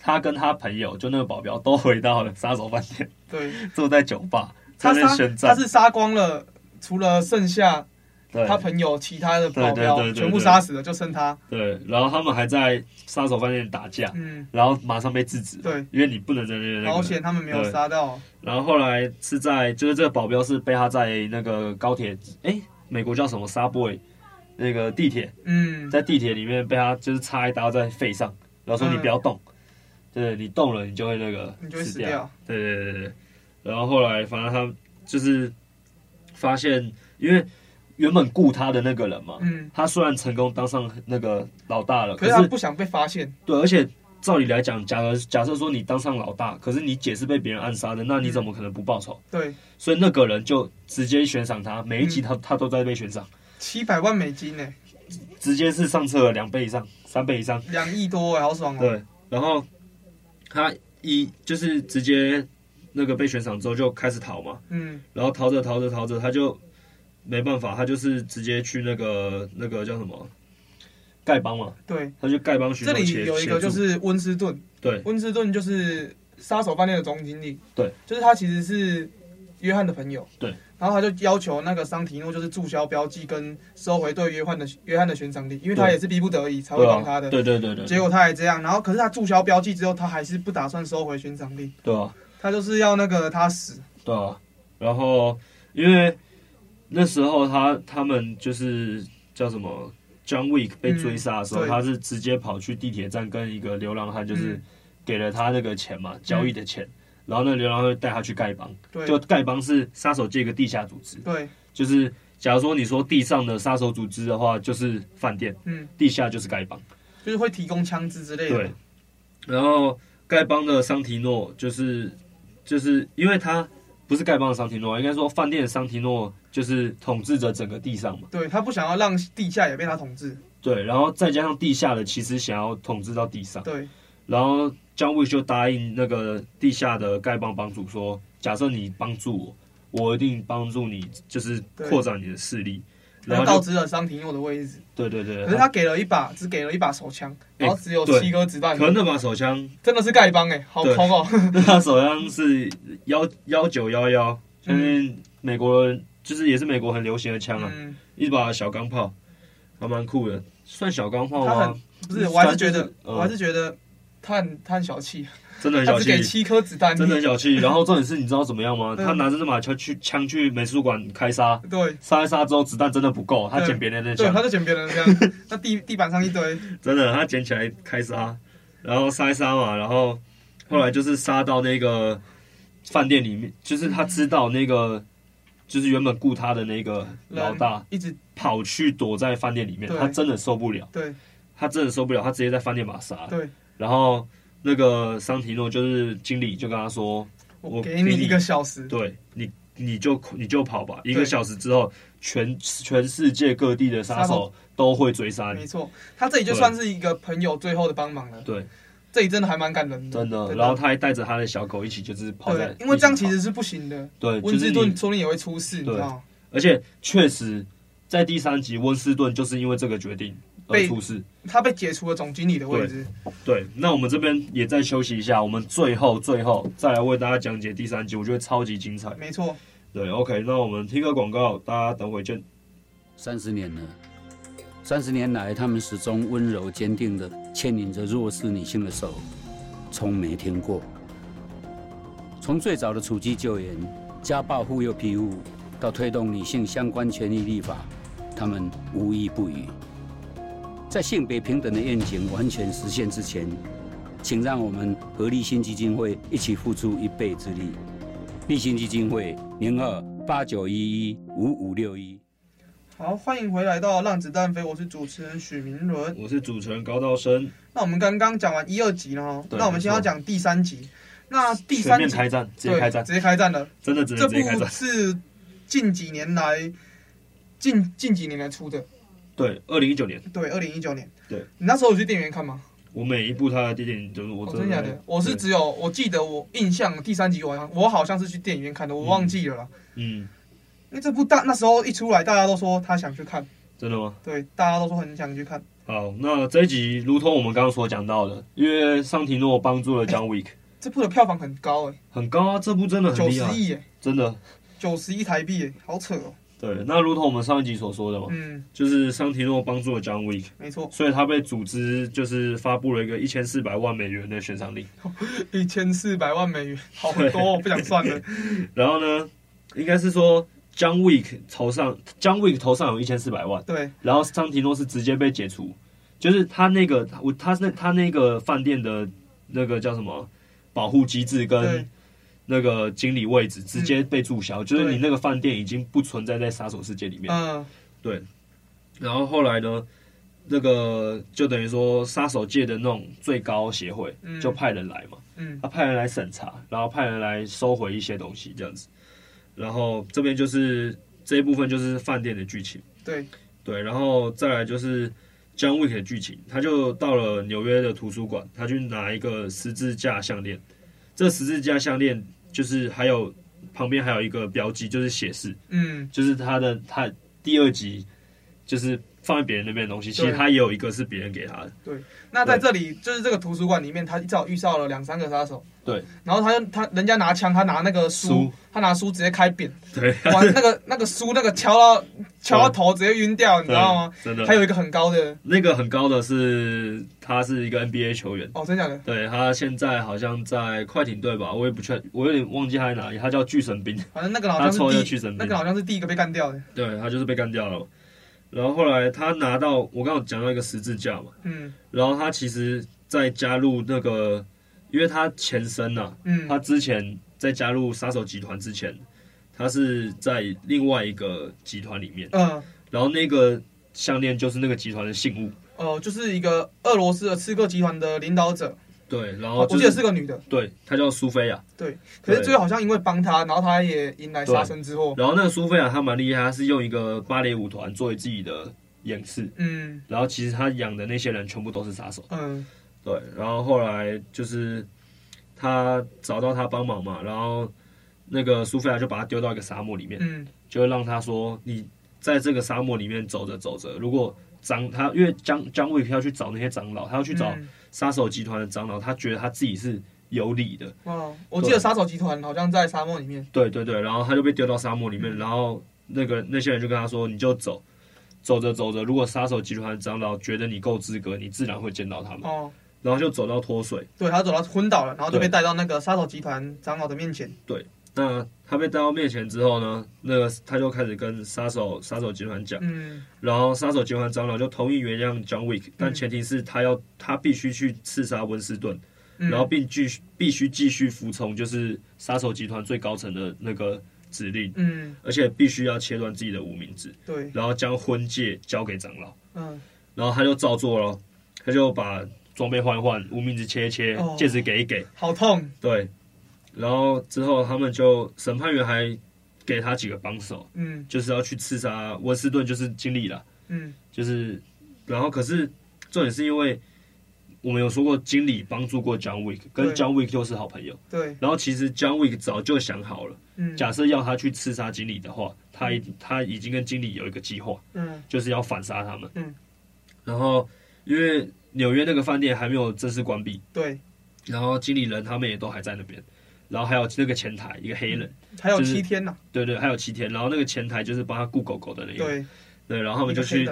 Speaker 2: 他跟他朋友就那个保镖都回到了杀手饭店，
Speaker 3: 对，
Speaker 2: 坐在酒吧在
Speaker 3: 他
Speaker 2: 那边
Speaker 3: 杀
Speaker 2: 宣
Speaker 3: 他
Speaker 2: 战。
Speaker 3: 是杀光了，除了剩下
Speaker 2: 对
Speaker 3: 他朋友其他的保
Speaker 2: 对对对
Speaker 3: 镖
Speaker 2: 对对
Speaker 3: 全部杀死了，就剩他，
Speaker 2: 对，然后他们还在杀手饭店打架，
Speaker 3: 嗯，
Speaker 2: 然后马上被制止了。
Speaker 3: 对
Speaker 2: 因为你不能在那边那个。
Speaker 3: 好险他们没有杀到，
Speaker 2: 然后后来是在，就是这个保镖是被他在那个高铁，哎，美国叫什么 subway，那个地铁，
Speaker 3: 嗯，
Speaker 2: 在地铁里面被他就是插一刀在肺上，然后说
Speaker 3: 嗯
Speaker 2: 你不要动，对你动了你就会那个
Speaker 3: 你就会
Speaker 2: 死
Speaker 3: 死掉，
Speaker 2: 对对对对对。然后后来反正他就是发现，因为原本雇他的那个人嘛，
Speaker 3: 嗯，
Speaker 2: 他虽然成功当上那个老大了，
Speaker 3: 可
Speaker 2: 可
Speaker 3: 是啊
Speaker 2: 是
Speaker 3: 他不想被发现，
Speaker 2: 对，而且照理来讲，假如假设说你当上老大，可是你姐是被别人暗杀的，那你怎么可能不报仇？
Speaker 3: 对，
Speaker 2: 所以那个人就直接悬赏他，每一集
Speaker 3: 嗯
Speaker 2: 他、他都在被悬赏，
Speaker 3: 七百万美金呢，
Speaker 2: 直接是上册了两倍以上、三倍以上。
Speaker 3: 两亿多哎，好爽哦，
Speaker 2: 对，然后他一就是直接那个被悬赏之后就开始逃嘛，
Speaker 3: 嗯，
Speaker 2: 然后逃着逃着逃着，他就没办法，他就是直接去那个那个叫什么丐帮嘛，
Speaker 3: 对，
Speaker 2: 他去丐帮寻
Speaker 3: 这
Speaker 2: 求
Speaker 3: 里
Speaker 2: 协
Speaker 3: 有一个
Speaker 2: 协助
Speaker 3: 就是温斯顿，
Speaker 2: 对
Speaker 3: 温斯顿就是杀手饭店的总经理，
Speaker 2: 对，
Speaker 3: 就是他其实是约翰的朋友，
Speaker 2: 对，
Speaker 3: 然后他就要求那个桑提诺就是注销标记跟收回对约翰的约翰的悬赏令，因为他
Speaker 2: 对
Speaker 3: 也是逼不得已才会
Speaker 2: 对啊
Speaker 3: 帮他的，
Speaker 2: 对对对对，
Speaker 3: 结果他还这样，然后可是他注销标记之后，他还是不打算收回悬赏令，
Speaker 2: 对啊
Speaker 3: 他就是要那个他死，
Speaker 2: 对啊，然后因为那时候他他们就是叫什么 John Wick 被追杀的时候，
Speaker 3: 嗯对
Speaker 2: 他是直接跑去地铁站跟一个流浪汉，就是
Speaker 3: 嗯
Speaker 2: 给了他那个钱嘛，交易的钱。然后那流浪汉带他去丐帮，
Speaker 3: 对
Speaker 2: 就丐帮是杀手界一个地下组织，
Speaker 3: 对，
Speaker 2: 就是假如说你说地上的杀手组织的话，就是饭店，
Speaker 3: 嗯，
Speaker 2: 地下就是丐帮。
Speaker 3: 就是会提供枪支之类的
Speaker 2: 对，，然后丐帮的桑提诺就是就是因为他不是丐帮的桑提诺，啊应该说饭店的桑提诺就是统治着整个地上嘛。
Speaker 3: 对他不想要让地下也被他统治，
Speaker 2: 对，然后再加上地下的其实想要统治到地上，
Speaker 3: 对
Speaker 2: 然后姜维就答应那个地下的丐帮帮主说，假设你帮助我，我一定帮助你，就是
Speaker 3: 对
Speaker 2: 扩展你的势力。然
Speaker 3: 然后
Speaker 2: 后
Speaker 3: 告
Speaker 2: 就
Speaker 3: 知了桑提诺的位置，
Speaker 2: 对对对，
Speaker 3: 可是他给了一把，只给了一把手枪，然后只有
Speaker 2: 哎对
Speaker 3: 七颗子弹，
Speaker 2: 可能那把手枪
Speaker 3: 真的是丐帮哎、
Speaker 2: [LAUGHS]
Speaker 3: 好
Speaker 2: 对
Speaker 3: 空哦、
Speaker 2: 他手上是幺幺九幺幺，相信美国人就是也是美国很流行的枪啊，
Speaker 3: 嗯，
Speaker 2: 一把小钢炮，还蛮酷的，算小钢炮
Speaker 3: 他
Speaker 2: 吗
Speaker 3: 很？不是，我还是觉
Speaker 2: 反正，
Speaker 3: 得
Speaker 2: 就是嗯
Speaker 3: 我还是觉得他很他很小气，
Speaker 2: 真的很
Speaker 3: 他
Speaker 2: 小
Speaker 3: 只给
Speaker 2: 气，
Speaker 3: 七颗子弹，
Speaker 2: 真的很小气。然 [LAUGHS] 后重点是，你知道怎么样吗？
Speaker 3: 嗯
Speaker 2: 他拿着这把枪去枪去美术馆开杀，
Speaker 3: 对
Speaker 2: 杀一杀之后子弹真的不够，他
Speaker 3: 对
Speaker 2: 捡别人的
Speaker 3: 对，他
Speaker 2: 枪，
Speaker 3: 就捡别人这样，那地地板上一堆，
Speaker 2: 真的他捡起来开杀，然后杀一杀嘛，然后后来就是杀到那个饭店里面，就是他知道那个。就是原本雇他的那个老大，
Speaker 3: 一直
Speaker 2: 跑去躲在饭店里面，
Speaker 3: 对
Speaker 2: 他真的受不了，
Speaker 3: 对
Speaker 2: 他真的受不了，他直接在饭店把他杀了。
Speaker 3: 对，
Speaker 2: 然后那个桑提诺就是经理就跟他说我
Speaker 3: 我给你
Speaker 2: 给你
Speaker 3: 一个小时，：“
Speaker 2: 对你，你就你就跑吧，
Speaker 3: 对
Speaker 2: 一个小时之后，全全世界各地的杀
Speaker 3: 杀
Speaker 2: 手
Speaker 3: 手
Speaker 2: 都会追杀
Speaker 3: 没
Speaker 2: 你。
Speaker 3: 错，他这里就
Speaker 2: 对
Speaker 3: 算是一个朋友最后的帮忙了”，
Speaker 2: 对，
Speaker 3: 这里真的还蛮感人的，
Speaker 2: 真的。
Speaker 3: 对
Speaker 2: 然后他还带着他的小狗一起，就是跑在
Speaker 3: 对，，因为这样
Speaker 2: 一起
Speaker 3: 其
Speaker 2: 跑
Speaker 3: 实是不行的，
Speaker 2: 对，
Speaker 3: 温
Speaker 2: 就是
Speaker 3: 斯顿
Speaker 2: 你，
Speaker 3: 说不定也会出事，你知
Speaker 2: 对
Speaker 3: 道吗？
Speaker 2: 而且确实在第三集温斯顿就是因为这个决定而
Speaker 3: 被
Speaker 2: 出事。
Speaker 3: 他被解除了总经理的位置。
Speaker 2: 对，那我们这边也再休息一下，我们最后最后再来为大家讲解第三集，我觉得超级精彩。
Speaker 3: 没错，
Speaker 2: 对，OK，那我们听个广告，大家等会见。
Speaker 5: 三十年了，三十年来，他们始终温柔坚定地牵引着弱势女性的手，从没停过。从最早的处机救援、家暴妇幼庇护，到推动女性相关权益立法，他们无一不语。在性别平等的愿景完全实现之前，请让我们和立新基金会一起付出一臂之力。立新基金会零二八九一一五五六一。
Speaker 3: 好，欢迎回来到《让子弹飞》，我是主持人许明伦。
Speaker 2: 我是主持人高道生，
Speaker 3: 那我们刚刚讲完一二集了哦，
Speaker 2: 对
Speaker 3: 那我们先要
Speaker 2: 没错
Speaker 3: 讲第三集。那第
Speaker 2: 全
Speaker 3: 三
Speaker 2: 面
Speaker 3: 集
Speaker 2: 开战，直接
Speaker 3: 对
Speaker 2: 开战，
Speaker 3: 直接开战了。
Speaker 2: 真的只
Speaker 3: 这
Speaker 2: 能直接开
Speaker 3: 部
Speaker 2: 战。
Speaker 3: 是近几年来近近几年来出的，
Speaker 2: 对，二零一九年，
Speaker 3: 对，二零一九年。
Speaker 2: 对，
Speaker 3: 你那时候有去电影院看吗？
Speaker 2: 我每一部他的电影就是我
Speaker 3: 我
Speaker 2: 真
Speaker 3: 哦真的假的？我是
Speaker 2: 对
Speaker 3: 只有我记得我印象第三集我好像我好像是去电影院看的，我忘记了啦。
Speaker 2: 嗯，
Speaker 3: 因为这部大那时候一出来，大家都说他想去看，
Speaker 2: 真的吗？
Speaker 3: 对，大家都说很想去看。
Speaker 2: 好，那这一集如同我们刚刚所讲到的，因为尚提诺帮助了 John Wick， [LAUGHS]
Speaker 3: 这部的票房很高哎、
Speaker 2: 很高啊，这部真的
Speaker 3: 九
Speaker 2: 很厉
Speaker 3: 十
Speaker 2: 害，
Speaker 3: 亿哎，
Speaker 2: 真的。
Speaker 3: 九十亿台币哎、好扯哦。
Speaker 2: 对，那如同我们上一集所说的嘛，
Speaker 3: 嗯，
Speaker 2: 就是尚提诺帮助了 John Wick，
Speaker 3: 没错，
Speaker 2: 所以他被组织就是发布了一个一千四百万美元的悬赏令。
Speaker 3: 一千四百万美元，好多、哦，不想算
Speaker 2: [LAUGHS]
Speaker 3: 了。
Speaker 2: 然后呢，应该是说 John Wick 头上 John Wick 头上有一千四百万，
Speaker 3: 对，
Speaker 2: 然后桑提诺是直接被解除，就是他那个我他那他那个饭店的那个叫什么保护机制跟
Speaker 3: 对嗯
Speaker 2: 那个经理位置直接被注销，就是你
Speaker 3: 对
Speaker 2: 那个饭店已经不存在在杀手世界里面。
Speaker 3: 嗯，
Speaker 2: 对，然后后来呢，那个就等于说杀手界的那种最高协会
Speaker 3: 嗯
Speaker 2: 就派人来嘛，
Speaker 3: 嗯
Speaker 2: 他派人来审查，然后派人来收回一些东西这样子，然后这边就是这一部分就是饭店的剧情。
Speaker 3: 对，
Speaker 2: 对，然后再来就是 John Wick 的剧情，他就到了纽约的图书馆，他去拿一个十字架项链，这十字架项链就是还有旁边还有一个标记，就是写事，
Speaker 3: 嗯，
Speaker 2: 就是他的他第二集就是放在别人那边的东西，其实
Speaker 3: 对
Speaker 2: 他也有一个是别人给他的，
Speaker 3: 那在这里就是这个图书馆里面，他至少遇到了两三个杀手。
Speaker 2: 对，
Speaker 3: 然后他就他人家拿枪，他拿那个书，
Speaker 2: 书
Speaker 3: 他拿书直接开扁，
Speaker 2: 对，
Speaker 3: 哇，那个那个书那个敲到敲到头直接晕掉，你知道吗？
Speaker 2: 真的，
Speaker 3: 还有一个很高的，
Speaker 2: 那个很高的是他是一个 NBA 球员。
Speaker 3: 哦，真假的？
Speaker 2: 对他现在好像在快艇队吧，我也不确，我有点忘记他在哪里。他叫巨神兵， [LAUGHS]
Speaker 3: 反正那个好像
Speaker 2: 他抽要
Speaker 3: 是
Speaker 2: 去
Speaker 3: 第
Speaker 2: 神兵
Speaker 3: 那个好像是第一个被干掉的。
Speaker 2: 对他就是被干掉了。然后后来他拿到我刚刚讲到一个十字架嘛，
Speaker 3: 嗯
Speaker 2: 然后他其实再加入那个，因为他前身呐、啊，
Speaker 3: 嗯，
Speaker 2: 他之前在加入杀手集团之前，他是在另外一个集团里面，
Speaker 3: 嗯
Speaker 2: 然后那个项链就是那个集团的信物，
Speaker 3: 哦，就是一个俄罗斯的刺客集团的领导者，
Speaker 2: 对，然后
Speaker 3: 哦我
Speaker 2: 哦就
Speaker 3: 记得是个女的，
Speaker 2: 对，他叫苏菲亚，
Speaker 3: 对。可是最后好像因为帮他，然后他也迎来杀身之祸。
Speaker 2: 然后那个苏菲亚她蛮厉害，她是用一个芭蕾舞团作为自己的掩饰，
Speaker 3: 嗯
Speaker 2: 然后其实她养的那些人全部都是杀手。
Speaker 3: 嗯
Speaker 2: 对，然后后来就是他找到他帮忙嘛，然后那个苏菲亚就把他丢到一个沙漠里面，
Speaker 3: 嗯
Speaker 2: 就让他说你在这个沙漠里面走着走着，如果长他因为姜姜维要去找那些长老，他要去找
Speaker 3: 嗯
Speaker 2: 杀手集团的长老，他觉得他自己是有理的，
Speaker 3: 哦，我记得杀手集团好像在沙漠里面。
Speaker 2: 对对对，然后他就被丢到沙漠里
Speaker 3: 嗯
Speaker 2: 面，然后那个那些人就跟他说你就走。走着走着，如果杀手集团的长老觉得你够资格，你自然会见到他们。
Speaker 3: 哦，
Speaker 2: 然后就走到脱水，
Speaker 3: 对，他走到昏倒了，然后就
Speaker 2: 对
Speaker 3: 被带到那个杀手集团长老的面前。
Speaker 2: 那他被带到面前之后呢，那个他就开始跟杀手杀手集团讲，
Speaker 3: 嗯
Speaker 2: 然后杀手集团长老就同意原谅 John Wick，但前提是他要他必须去刺杀温斯顿，
Speaker 3: 嗯，
Speaker 2: 然后并继续必须继续服从就是杀手集团最高层的那个指令，
Speaker 3: 嗯，
Speaker 2: 而且必须要切断自己的无名指，
Speaker 3: 对，
Speaker 2: 然后将婚戒交给长老，
Speaker 3: 嗯
Speaker 2: 然后他就照做了，他就把装备换一换，无名指切一切
Speaker 3: 哦，
Speaker 2: 戒指给一给，
Speaker 3: 好痛。
Speaker 2: 对，然后之后他们就审判员还给他几个帮手，
Speaker 3: 嗯
Speaker 2: 就是要去刺杀温斯顿，就是经理了，
Speaker 3: 嗯
Speaker 2: 就是然后可是重点是因为我们有说过，经理帮助过 John Wick，跟
Speaker 3: 对
Speaker 2: John Wick 又是好朋友。
Speaker 3: 对，
Speaker 2: 然后其实 John Wick 早就想好了，
Speaker 3: 嗯，
Speaker 2: 假设要他去刺杀经理的话，他已他已经跟经理有一个计划，
Speaker 3: 嗯
Speaker 2: 就是要反杀他们。
Speaker 3: 嗯，
Speaker 2: 然后因为纽约那个饭店还没有正式关闭，
Speaker 3: 对，
Speaker 2: 然后经理人他们也都还在那边，然后还有那个前台一个黑人，
Speaker 3: 还有
Speaker 2: 就是
Speaker 3: 七天呐，
Speaker 2: 对对，还有七天，然后那个前台就是帮他雇狗狗的那个，
Speaker 3: 对，
Speaker 2: 对然后他
Speaker 3: 他
Speaker 2: 们就去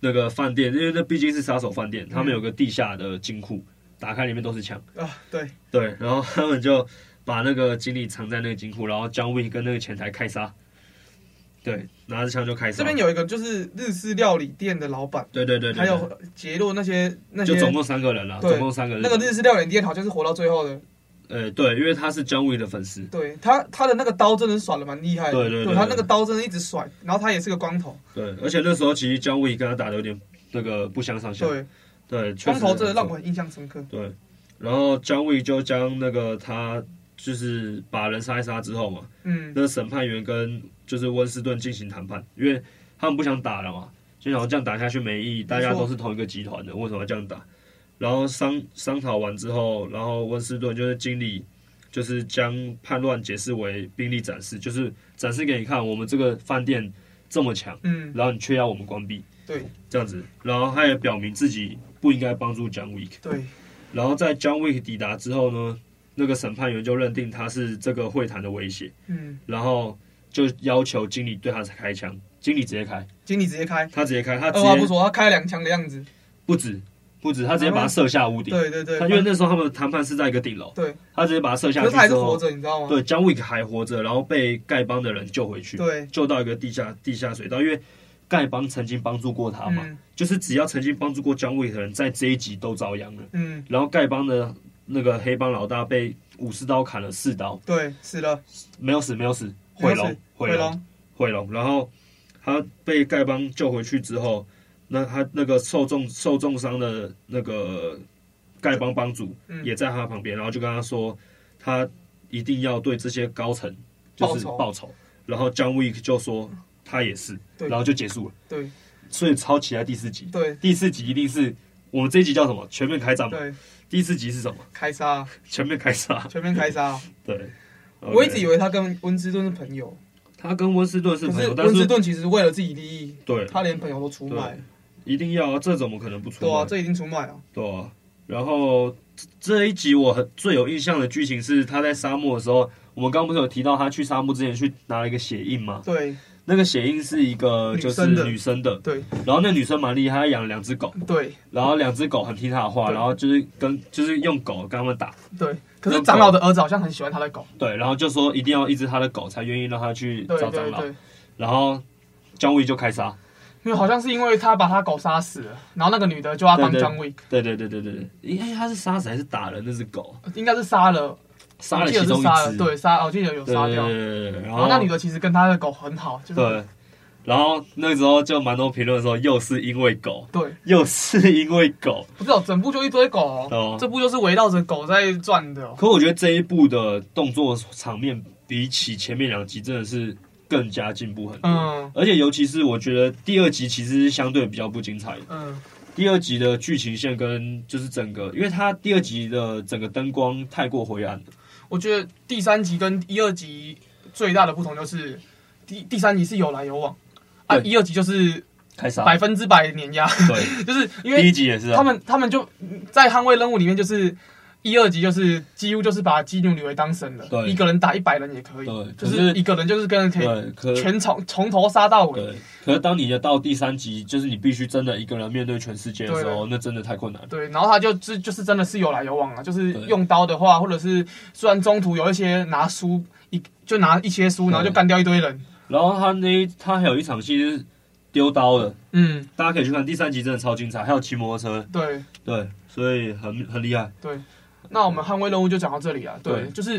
Speaker 2: 那个饭店，因为那毕竟是杀手饭店，他们有个地下的金库，打开里面都是枪，
Speaker 3: 啊，对，
Speaker 2: 对，然后他们就把那个经理藏在那个金库，然后姜维跟那个前台开杀，对，拿着枪就开杀，
Speaker 3: 这边有一个就是日式料理店的老板，
Speaker 2: 对，对对对对，
Speaker 3: 还有杰洛那些那些
Speaker 2: 就总共三个人了，
Speaker 3: 对
Speaker 2: 总共三个人，
Speaker 3: 那个日式料理店好像是活到最后的，
Speaker 2: 呃对，因为他是姜维的粉丝，
Speaker 3: 对他他的那个刀真的甩的蛮厉害的，
Speaker 2: 对对对对
Speaker 3: 他那个刀真的一直甩，然后他也是个光头，
Speaker 2: 对，而且那时候其实姜维跟他打的有点那个不相上下，
Speaker 3: 对，
Speaker 2: 对，确
Speaker 3: 光
Speaker 2: 实
Speaker 3: 头真的让我很印象深刻，
Speaker 2: 对，然后姜维就将那个他就是把人杀一杀之后嘛，
Speaker 3: 嗯，
Speaker 2: 那审判员跟就是温斯顿进行谈判，因为他们不想打了嘛，就想这样打下去没意义，大家都是同一个集团的，为什么要这样打？然后商商讨完之后，然后温斯顿就是经理，就是将叛乱解释为兵力展示，就是展示给你看，我们这个饭店这么强，
Speaker 3: 嗯，
Speaker 2: 然后你却要我们关闭，
Speaker 3: 对
Speaker 2: 这样子，然后他也表明自己不应该帮助 John Wick。
Speaker 3: 对，
Speaker 2: 然后在 John Wick 抵达之后呢，那个审判员就认定他是这个会谈的威胁，
Speaker 3: 嗯，
Speaker 2: 然后就要求经理对他开枪。经理直接开，
Speaker 3: 经理直接开，
Speaker 2: 他直接开，他直
Speaker 3: 二话不
Speaker 2: 接
Speaker 3: 说，他开了两枪的样子，
Speaker 2: 不止不止，他直接把他射下屋顶。
Speaker 3: 对对对，
Speaker 2: 他因为那时候他们谈判是在一个顶楼，
Speaker 3: 对，
Speaker 2: 他直接把他射下
Speaker 3: 可
Speaker 2: 去
Speaker 3: 是他还
Speaker 2: 之
Speaker 3: 是活
Speaker 2: 后，
Speaker 3: 着，你知啊道吗？
Speaker 2: 对，John Wick 还活着，然后被丐帮的人救回去，
Speaker 3: 对，
Speaker 2: 救到一个地下地下水道，因为丐帮曾经帮助过他嘛，
Speaker 3: 嗯
Speaker 2: 就是只要曾经帮助过 John Wick 的人，在这一集都遭殃了。
Speaker 3: 嗯，
Speaker 2: 然后丐帮的那个黑帮老大被武士刀砍了四刀，
Speaker 3: 对，死了，
Speaker 2: 没有死，没有死，
Speaker 3: 没
Speaker 2: 毁
Speaker 3: 有死
Speaker 2: 容，毁
Speaker 3: 回
Speaker 2: 容，
Speaker 3: 龙，
Speaker 2: 毁容。然后他被丐帮救回去之后，那他那个受重受重伤的那个丐帮帮主
Speaker 3: 嗯
Speaker 2: 也在他旁边，然后就跟他说，他一定要对这些高层就是
Speaker 3: 报仇
Speaker 2: 报仇。然后 John Wick 就说他也是，
Speaker 3: 对
Speaker 2: 然后就结束了。
Speaker 3: 对
Speaker 2: 所以超期待第四集，
Speaker 3: 对
Speaker 2: 第四集一定是我们这一集叫什么？全面开战嘛。
Speaker 3: 对，
Speaker 2: 第四集是什么？
Speaker 3: 开杀，
Speaker 2: 全面开杀。
Speaker 3: [LAUGHS] 全面开
Speaker 2: [LAUGHS]
Speaker 3: 杀。
Speaker 2: 对，
Speaker 3: 我一直以
Speaker 2: 为
Speaker 3: 为他跟温斯顿是朋友，
Speaker 2: 他跟温斯顿是
Speaker 3: 可
Speaker 2: 朋
Speaker 3: 是
Speaker 2: 友，但
Speaker 3: 温
Speaker 2: 是
Speaker 3: 斯顿其实为了自己利益，
Speaker 2: 对
Speaker 3: 他连朋友都出卖
Speaker 2: 对。一定要啊，这怎么可能不出
Speaker 3: 对啊，
Speaker 2: 卖？
Speaker 3: 这一定出卖啊。
Speaker 2: 对啊。然后这这一集我很最有印象的剧情是他在沙漠的时候，我们刚刚不是有提到他去沙漠之前去拿了一个血印吗？
Speaker 3: 对
Speaker 2: 那个血印是一个就是
Speaker 3: 女生的
Speaker 2: 女生的，
Speaker 3: 对
Speaker 2: 然后那女生蛮厉害，她养了两只狗，
Speaker 3: 对
Speaker 2: 然后两只狗很听她的话，
Speaker 3: 对
Speaker 2: 然后就是跟就是用狗跟他们打，
Speaker 3: 对，可是长老的儿子好像很喜欢他的狗。
Speaker 2: 对，然后就说一定要一只他的狗才愿意让他去
Speaker 3: 对
Speaker 2: 找长
Speaker 3: 对
Speaker 2: 老，
Speaker 3: 对，
Speaker 2: 然后姜维就开杀，
Speaker 3: 因为好像是因为他把他狗杀死了，然后那个女的就要当
Speaker 2: 对对
Speaker 3: John Wick，
Speaker 2: 对对对对对对，应该他是杀死还是打了那只狗？
Speaker 3: 应该是杀了，
Speaker 2: 杀了
Speaker 3: 我记
Speaker 2: 其
Speaker 3: 得
Speaker 2: 中
Speaker 3: 是
Speaker 2: 一
Speaker 3: 杀了，
Speaker 2: 只，
Speaker 3: 对，杀，我记得有
Speaker 2: 对
Speaker 3: 杀掉。
Speaker 2: 对对对对，然
Speaker 3: 然
Speaker 2: 后
Speaker 3: 后那女的其实跟他的狗很好，就是
Speaker 2: 哦对，然后那时候就蛮多评论说，又是因为狗，
Speaker 3: 对，
Speaker 2: 又是因为狗。
Speaker 3: 不知道整部就一堆狗
Speaker 2: 哦
Speaker 3: 哦，这部就是围绕着狗在转的哦。
Speaker 2: 可我觉得这一部的动作场面比起前面两集真的是更加进步很多，
Speaker 3: 嗯
Speaker 2: 而且尤其是我觉得第二集其实是相对比较不精彩的。
Speaker 3: 嗯，
Speaker 2: 第二集的剧情线跟就是整个，因为它第二集的整个灯光太过灰暗了，
Speaker 3: 我觉得第三集跟一二集最大的不同就是，第第三集是有来有往，啊，
Speaker 2: 对
Speaker 3: 一二集就是
Speaker 2: 开杀
Speaker 3: 百分之百碾压， [LAUGHS]
Speaker 2: 对，
Speaker 3: 就是
Speaker 2: 第
Speaker 3: 因
Speaker 2: 一
Speaker 3: 为
Speaker 2: 集也是、啊、
Speaker 3: 他们他们就在捍卫任务里面就是。一二集就是几乎就是把基努里维当神了，
Speaker 2: 对
Speaker 3: 一个人打一百人也可以，
Speaker 2: 对可
Speaker 3: 就
Speaker 2: 是
Speaker 3: 是一个人就是跟人可以
Speaker 2: 对可
Speaker 3: 全从从头杀到尾，
Speaker 2: 对，可是当你要到第三集，就是你必须真的一个人面对全世界的时候，
Speaker 3: 对
Speaker 2: 那真的太困难了。
Speaker 3: 对，然后他就就就是真的是有来有往啊，就是
Speaker 2: 对
Speaker 3: 用刀的话，或者是虽然中途有一些拿书一就拿一些书，然后就
Speaker 2: 对
Speaker 3: 干掉一堆人，
Speaker 2: 然后他那一他还有一场戏是丢刀的，
Speaker 3: 嗯，
Speaker 2: 大家可以去看第三集，真的超精彩。还有骑摩托车，
Speaker 3: 对，
Speaker 2: 对，所以很很厉害。
Speaker 3: 对，那我们捍卫任务就讲到这里了。对，
Speaker 2: 对
Speaker 3: 就是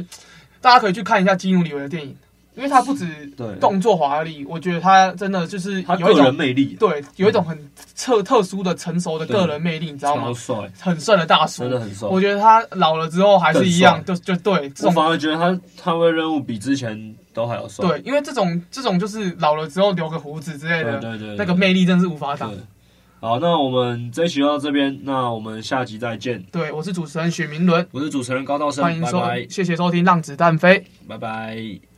Speaker 3: 大家可以去看一下基努里维的电影，因为他不止
Speaker 2: 对
Speaker 3: 动作华丽，我觉得他真的就是
Speaker 2: 他
Speaker 3: 有一
Speaker 2: 个人
Speaker 3: 种
Speaker 2: 魅力
Speaker 3: 对有一种很特特殊的成熟的
Speaker 2: 对
Speaker 3: 个人魅力，你知道
Speaker 2: 超
Speaker 3: 吗？
Speaker 2: 帅，
Speaker 3: 很帅的大
Speaker 2: 嗯
Speaker 3: 叔
Speaker 2: 真，的很帅。
Speaker 3: 我觉得他老了之后还是一样，就就对这
Speaker 2: 我
Speaker 3: 种
Speaker 2: 反而觉得他他为任务比之前都还要帅。
Speaker 3: 对，因为这种这种就是老了之后留个胡子之类
Speaker 2: 对
Speaker 3: 的，
Speaker 2: 对对对
Speaker 3: 那个魅力真是无法挡
Speaker 2: 对。好，那我们这一期就到这边，那我们下集再见。
Speaker 3: 对，我是主持人许明伦，
Speaker 2: 我是主持人高道生，
Speaker 3: 欢迎
Speaker 2: 拜
Speaker 3: 收
Speaker 2: 拜，
Speaker 3: 谢谢收听《让子弹飞》。
Speaker 2: 拜拜。